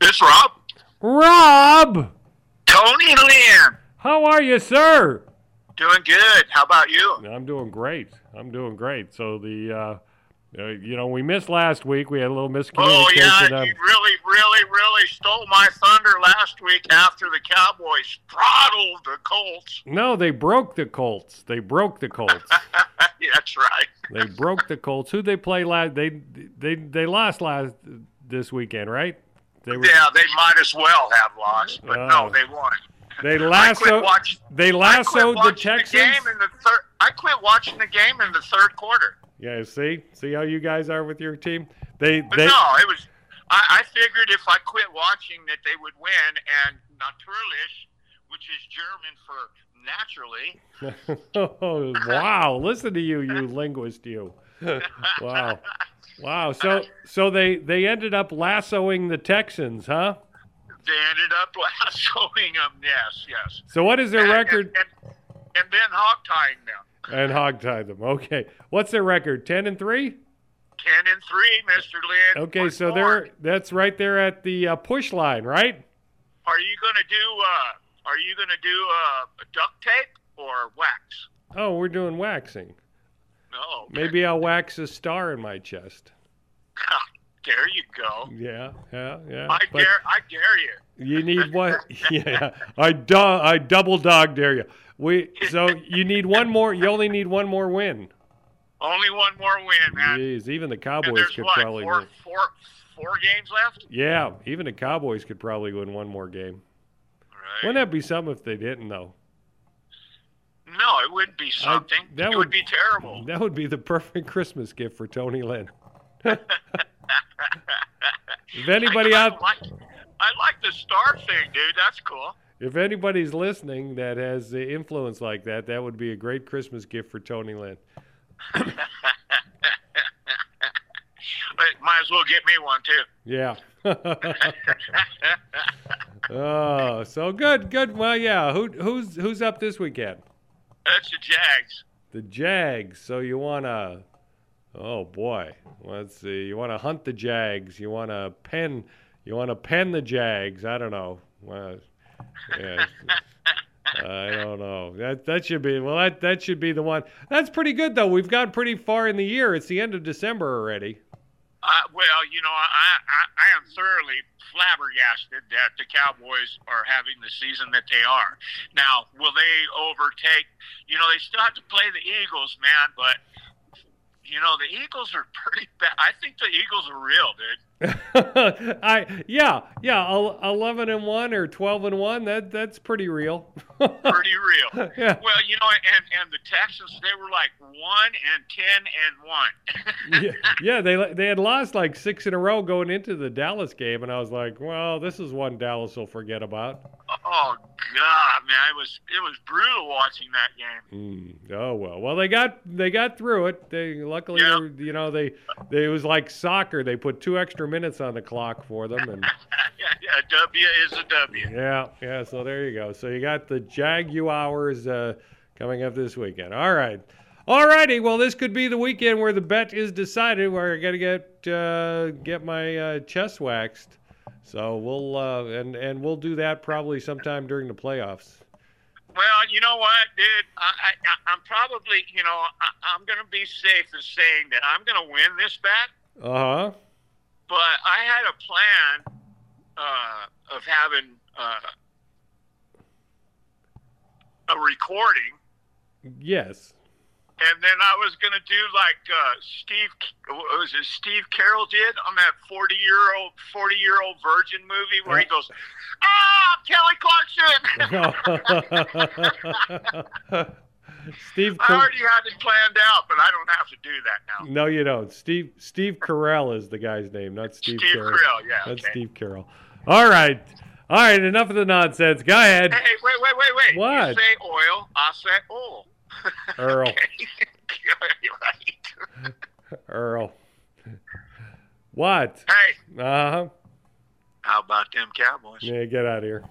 this Rob? Rob, Tony Liam. how are you, sir? Doing good. How about you? I'm doing great. I'm doing great. So the, uh, uh, you know, we missed last week. We had a little miscommunication. Oh yeah, on- you really, really, really stole my thunder last week after the Cowboys throttled the Colts. no, they broke the Colts. They broke the Colts. That's right. they broke the Colts. Who they play last? They they they lost last this weekend, right? They were Yeah, they might as well have lost, but Oh. no, they won. they I quit lassoed watch- they I quit lassoed the watching the, Texans. game in the third. I quit watching the game in the third quarter. yeah, see see how you guys are with your team. They But they no, it was. I, I figured if I quit watching that they would win, and naturlich, which is German for naturally. oh, wow! Listen to you, you linguist, you. wow, wow. So, so they they ended up lassoing the Texans, huh? They ended up lassoing them. Yes, yes. So, what is their And- record? And, and, and then hogtying them. And hogtied them. Okay, what's their record? Ten and three. Ten and three, Mister Lynn. Okay, What so more? they're that's right there at the uh, push line, right? Are you gonna do? Uh, are you gonna do uh, duct tape or wax? Oh, we're doing waxing. No. Maybe I'll wax a star in my chest. there you go. Yeah, yeah, yeah. I But- dare. I dare you. You need one. Yeah, I do, I double dog dare you. We so you need one more. You only need one more win. Only one more win, man. Jeez, even the And Cowboys there's could what probably four, win. four, four games left. Yeah, even the Cowboys could probably win one more game. Right. Wouldn't that be something if they didn't though? no, it would be something. Uh, that it would, would- be terrible. That would be the perfect Christmas gift for Tony Lynn. if anybody I, out, I like, I like the star thing, dude. That's cool. if anybody's listening that has the influence like that, that would be a great Christmas gift for Tony Lynn. But might as well get me one too. Yeah. oh, so good, good. Well, yeah. Who who's who's up this weekend? That's the Jags. The Jags. So you wanna? Oh boy. Let's see. You wanna hunt the Jags? You wanna pen? You wanna pen the Jags? I don't know. Well, yeah. I don't know. That that should be well. That that should be the one. That's pretty good though. We've got pretty far in the year. It's the end of December already. I, Uh, well, you know, I, I I am thoroughly flabbergasted that the Cowboys are having the season that they are. Now, will they overtake? You know, they still have to play the Eagles, man. But you know, the Eagles are pretty bad. I think the Eagles are real, dude. I yeah yeah el- eleven and one or twelve and one that that's pretty real. Pretty real. yeah Well, you know, and and the Texans, they were like one and ten and one. yeah, yeah they they had lost like six in a row going into the Dallas game and I was like well this is one Dallas will forget about. Oh God, man, it was it was brutal watching that game. Mm, oh well well they got they got through it they luckily Yeah. they were- you know they, they it was like soccer they put two extra minutes on the clock for them and a W is a W. yeah yeah so there you go so you got the Jaguars uh, coming up this weekend all right. Alrighty, well, this could be the weekend where the bet is decided. Where I gotta get uh, get my uh, chest waxed, so we'll uh, and and we'll do that probably sometime during the playoffs. Well, you know what, dude? I, I, I- I'm probably, you know, I, I'm going to be safe in saying that I'm going to win this bet, Uh huh. but I had a plan uh, of having uh, a recording, Yes. and then I was going to do like uh, Steve, what was it Steve Carroll did on that 40 year old 40 year old virgin movie where he goes, ah, Kelly Clarkson. Steve. I Car- already had it planned out, but I don't have to do that now. no, you don't. Steve Steve Carell is the guy's name, not Steve. Steve, Carell. Krill, yeah. That's okay. Steve Carell. All right, all right. Enough of the nonsense. Go ahead, Hey, hey, wait, wait, wait, wait. What? Oh. You say oil, I say oil. Earl. right. Earl. What? Hey, Uh huh. Uh-huh. how about them Cowboys? Yeah, get out of here.